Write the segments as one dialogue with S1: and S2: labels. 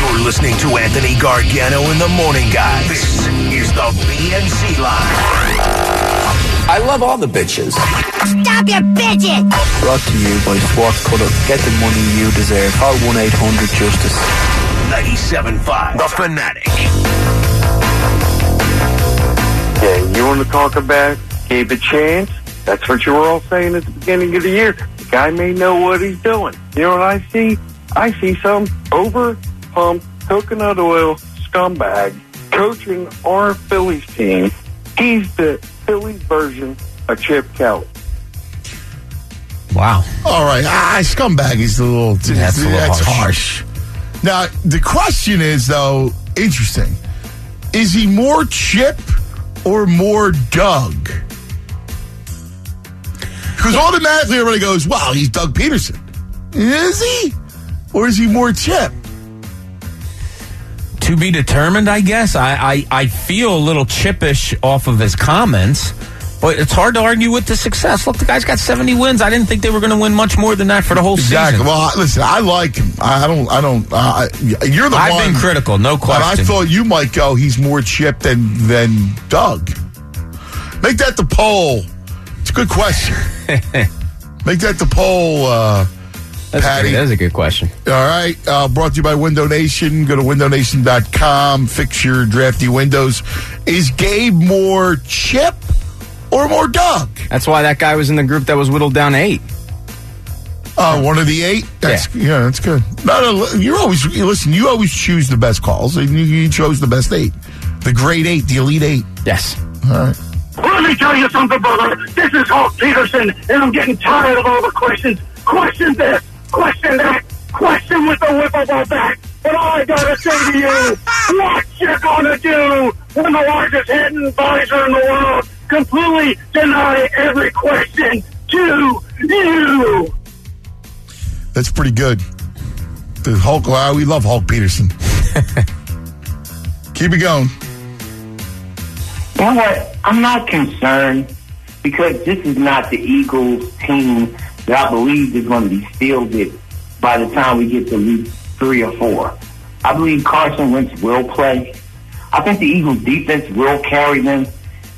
S1: You're listening to Anthony Gargano and the Morning Guys. This is the BNC Live.
S2: I love all the bitches.
S3: Stop your bitches!
S4: Brought to you by SWAT Cut Up. Get the money you deserve. Call 1 800 Justice.
S1: 97.5. The Fanatic.
S5: Yeah, you want to talk about gave a chance? That's what you were all saying at the beginning of the year. The guy may know what he's doing. You know what I see? I see some over pump coconut oil scumbag coaching our Phillies team. He's the Phillies version of Chip Kelly.
S6: Wow.
S7: All right. I, I scumbag is a little,
S6: That's a little
S7: that's
S6: harsh.
S7: harsh. Now, the question is, though, interesting. Is he more Chip or more Doug? Because automatically everybody goes, wow, he's Doug Peterson. Is he? Or is he more Chip?
S6: To be determined, I guess. I, I, I feel a little chippish off of his comments, but it's hard to argue with the success. Look, the guy's got 70 wins. I didn't think they were going to win much more than that for the whole
S7: Exactly.
S6: season.
S7: Well, I- listen, I like him. I I don't. I don't. Uh, you're the
S6: I've
S7: one.
S6: been critical, no
S7: But I
S6: question.
S7: thought you might go. He's more chipped than than Doug. Make that the poll. It's a good question. Make that the poll. Uh,
S8: That's a,
S7: Patty.
S8: good, that's a good question.
S7: all right. Uh, brought to you by Window Nation. Go to windownation.com. Fix your drafty windows. Is Gabe more chip or more Doug?
S8: That's why that guy was in the group that was whittled down to eight.
S7: Uh, one of the eight. That's yeah. that's good. No, no, li- you're always you listen. You always choose the best calls, and you, you chose the best eight, the great eight, the elite eight.
S8: Yes.
S7: All right.
S9: Let me tell you something, brother. This is Hulk Peterson, and I'm getting tired of all the questions. Question this, question that, question with the whip of our back. But all I gotta say to you, what you gonna do when the largest hidden advisor in the world completely deny every question to you?
S7: That's pretty good. The Hulk. Wow, we love Hulk Peterson. Keep it going.
S10: You know what? I'm not concerned because this is not the Eagles team that I believe is going to be fielded by the time we get to week three or four. I believe Carson Wentz will play. I think the Eagles defense will carry them.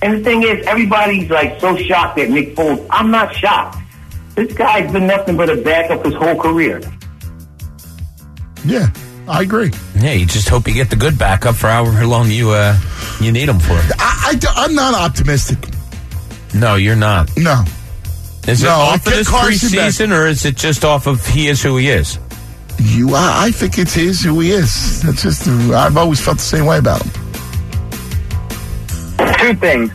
S10: And the thing is, everybody's like so shocked at Nick Foles. I'm not shocked. This guy's been nothing but a backup his whole career.
S7: Yeah, I agree.
S6: Yeah, you just hope you get the good backup for however long you uh, you need him for.
S7: I, I am not optimistic.
S6: No, you're not.
S7: No.
S6: Is it
S7: No,
S6: off of
S7: get
S6: this
S7: Carson back.
S6: preseason, or is it just off of he is who he is?
S7: You, I, I think it's his who he is. That's just. I've always felt the same way about him.
S11: Two things.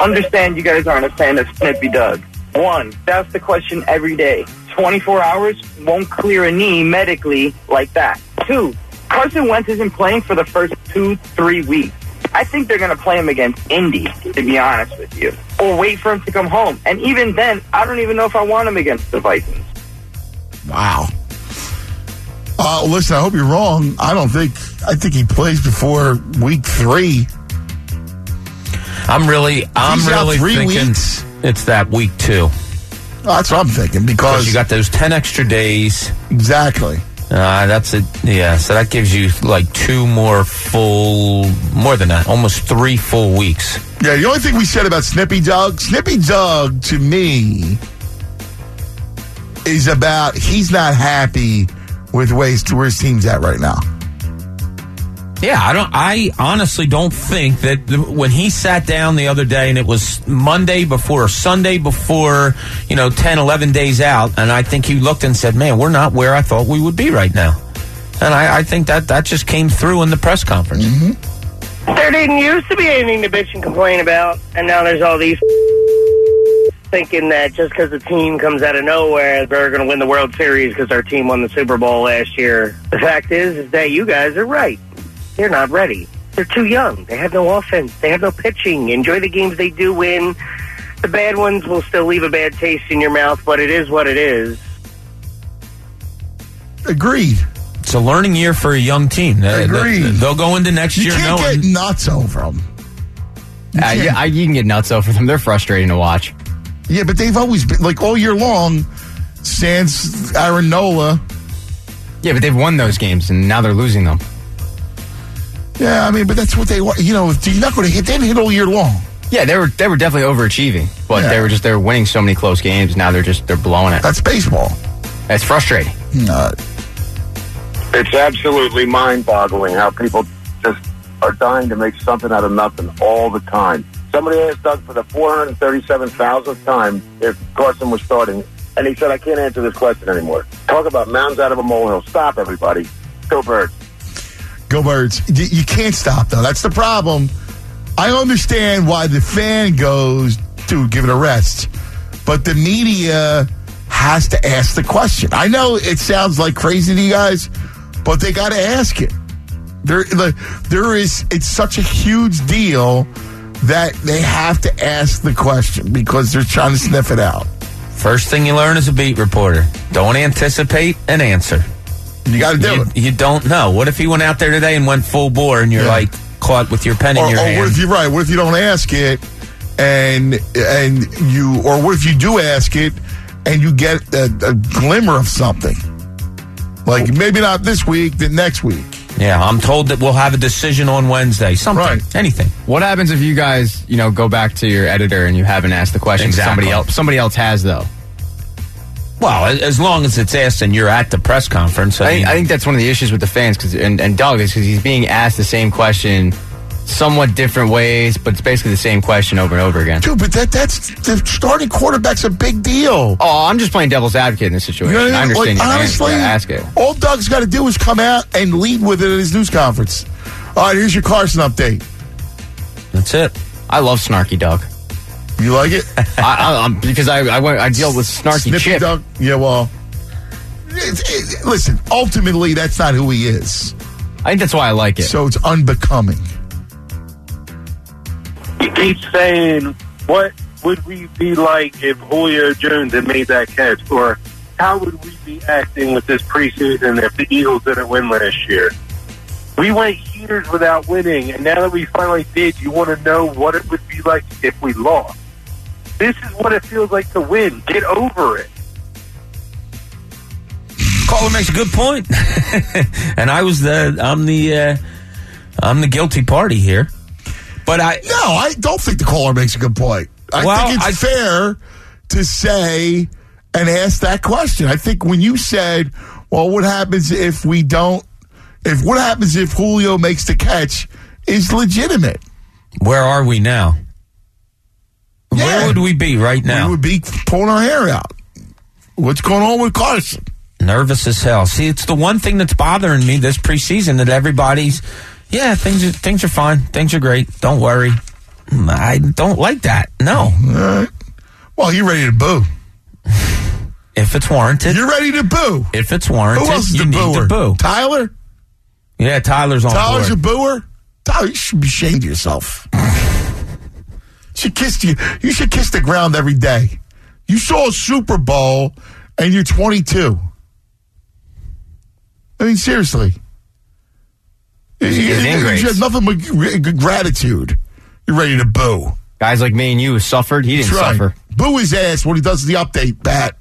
S11: Understand you guys aren't a fan of Snippy Doug. One, that's the question every day. 24 hours won't clear a knee medically like that. Two, Carson Wentz isn't playing for the first two, three weeks. I think they're going to play him against Indy, to be honest with you, or wait for him to come home. And even then, I don't even know if I want him against the Vikings.
S7: Wow. Uh, listen, I hope you're wrong. I don't think. I think he plays before week three.
S6: I'm really, I'm
S7: He's out
S6: really
S7: three
S6: thinking
S7: weeks.
S6: it's that week two
S7: That's what I'm thinking
S6: because
S7: because
S6: you got those ten extra days.
S7: exactly.
S6: Uh, that's it. Yeah, so that gives you like two more full, more than that, almost three full weeks.
S7: Yeah, the only thing we said about Snippy Doug, Snippy Doug to me is about he's not happy with ways to where his team's at right now.
S6: Yeah, I don't. I honestly don't think that th- when he sat down the other day, and it was Monday before or Sunday before, you know, 10, 11 days out, and I think he looked and said, "Man, we're not where I thought we would be right now." And I, I think that that just came through in the press conference.
S7: Mm-hmm.
S12: There didn't used to be anything to bitch and complain about, and now there's all these thinking that just because the team comes out of nowhere, they're going to win the World Series because our team won the Super Bowl last year. The fact is, is that you guys are right. They're not ready. They're too young. They have no offense. They have no pitching. Enjoy the games they do win. The bad ones will still leave a bad taste in your mouth, but it is what it is.
S7: Agreed.
S6: It's a learning year for a young team. They- they-
S7: Agreed.
S6: They'll go into next
S7: You
S6: year
S7: can't
S6: knowing.
S7: get nuts over him.
S8: Uh,
S7: can't-
S8: yeah, I, you can get nuts over them. They're frustrating to watch.
S7: Yeah, but they've always been like all year long. Sans Aaron Nola,
S8: Yeah, but they've won those games and now they're losing them.
S7: Yeah, I mean, but that's what they want. You know, you're not going to hit. They didn't hit all year long.
S6: Yeah, they were they were definitely overachieving, but
S7: Yeah.
S6: they were just they were winning so many close games. Now they're just they're blowing it.
S7: That's baseball.
S6: That's frustrating.
S5: It's absolutely mind-boggling how people just are dying to make something out of nothing all the time. Somebody asked Doug for the 437,000th time if Carson was starting, and he said, I can't answer this question anymore. Talk about mounds out of a molehill. Stop, everybody. Go Birds.
S7: Go Birds. Y- You can't stop, though. That's the problem. I understand why the fan goes, dude, give it a rest. But the media has to ask the question. I know it sounds like crazy to you guys, but they got to ask it. There, the, there is. It's such a huge deal that they have to ask the question because they're trying to sniff it out.
S13: First thing you learn as a beat reporter: don't anticipate an answer.
S7: You got to do
S13: you,
S7: it.
S13: You don't know. What if he went out there today and went full bore, and you're like caught with your pen in
S7: or,
S13: your
S7: or what
S13: hand?
S7: if you're right? What if you don't ask it, and and you, or what if you do ask it, and you get a, a glimmer of something, like maybe not this week, the next week.
S13: yeah, I'm told that we'll have a decision on Wednesday. Something, anything.
S6: What happens if you guys you know go back to your editor and you haven't asked the question?
S13: Exactly.
S6: Somebody else somebody else has though.
S13: Well, a- as long as it's asked and you're at the press conference, I,
S6: I,
S13: mean,
S6: I think that's one of the issues with the fans 'cause- and, and Doug is because he's being asked the same question somewhat different ways, but it's basically the same question over and over again.
S7: Dude, but that that's the starting quarterback's a big deal.
S6: Oh, I'm just playing devil's advocate in this
S7: You
S6: situation.
S7: know what
S6: I
S7: I mean?
S6: understand your
S7: Like,
S6: man,
S7: honestly,
S6: yeah, ask it.
S7: all Doug's got to do is come out and lead with it at his news conference. All right, here's your Carson update.
S13: That's it.
S6: I love snarky Doug.
S7: You like it?
S6: I, I, I'm, because I I, went, I deal with snarky
S7: Snippy
S6: Chip.
S7: Doug. Yeah, well, it's, it, listen. Ultimately, that's not who he is.
S6: I think that's why I like it.
S7: So it's unbecoming.
S14: He keeps saying, "What would we be like if Julio Jones had made that catch?" Or how would we be acting with this preseason if the Eagles didn't win last year? We went years without winning, and now that we finally did, you want to know what it would be like if we lost. This is what it feels like to win. Get over it.
S13: Caller makes a good point, and I was the I'm the uh, I'm the guilty party here. But I
S7: no, I don't think the caller makes a good point. I
S13: Well,
S7: think it's fair to say and ask that question. I think when you said, "Well, what happens if we don't? If what happens if Julio makes the catch?" is legitimate.
S13: Where are we now? Where would we be right now?
S7: We would be pulling our hair out. What's going on with Carson?
S13: Nervous as hell. See, it's the one thing that's bothering me this preseason that everybody's, yeah, things are, things are fine, things are great. Don't worry. Mm, I don't like that. No.
S7: Well, you're ready to boo.
S13: If it's warranted,
S7: you're ready to boo.
S13: If it's warranted,
S7: Who else is the
S13: you need to
S7: booer?
S13: boo.
S7: Tyler.
S13: Yeah, Tyler's
S6: Oh,
S13: on
S7: Tyler's
S13: board.
S7: a booer. Tyler, you should be ashamed of yourself. you should kiss you. You should kiss the ground every day. You saw a Super Bowl, and you're 22. I mean, seriously.
S6: He's- he's ingrates.
S7: you have nothing but gr- gr- gratitude. You're ready to boo.
S6: Guys like me and you suffered. He didn't
S7: That's right.
S6: suffer.
S7: Boo his ass when he does the update, Pat.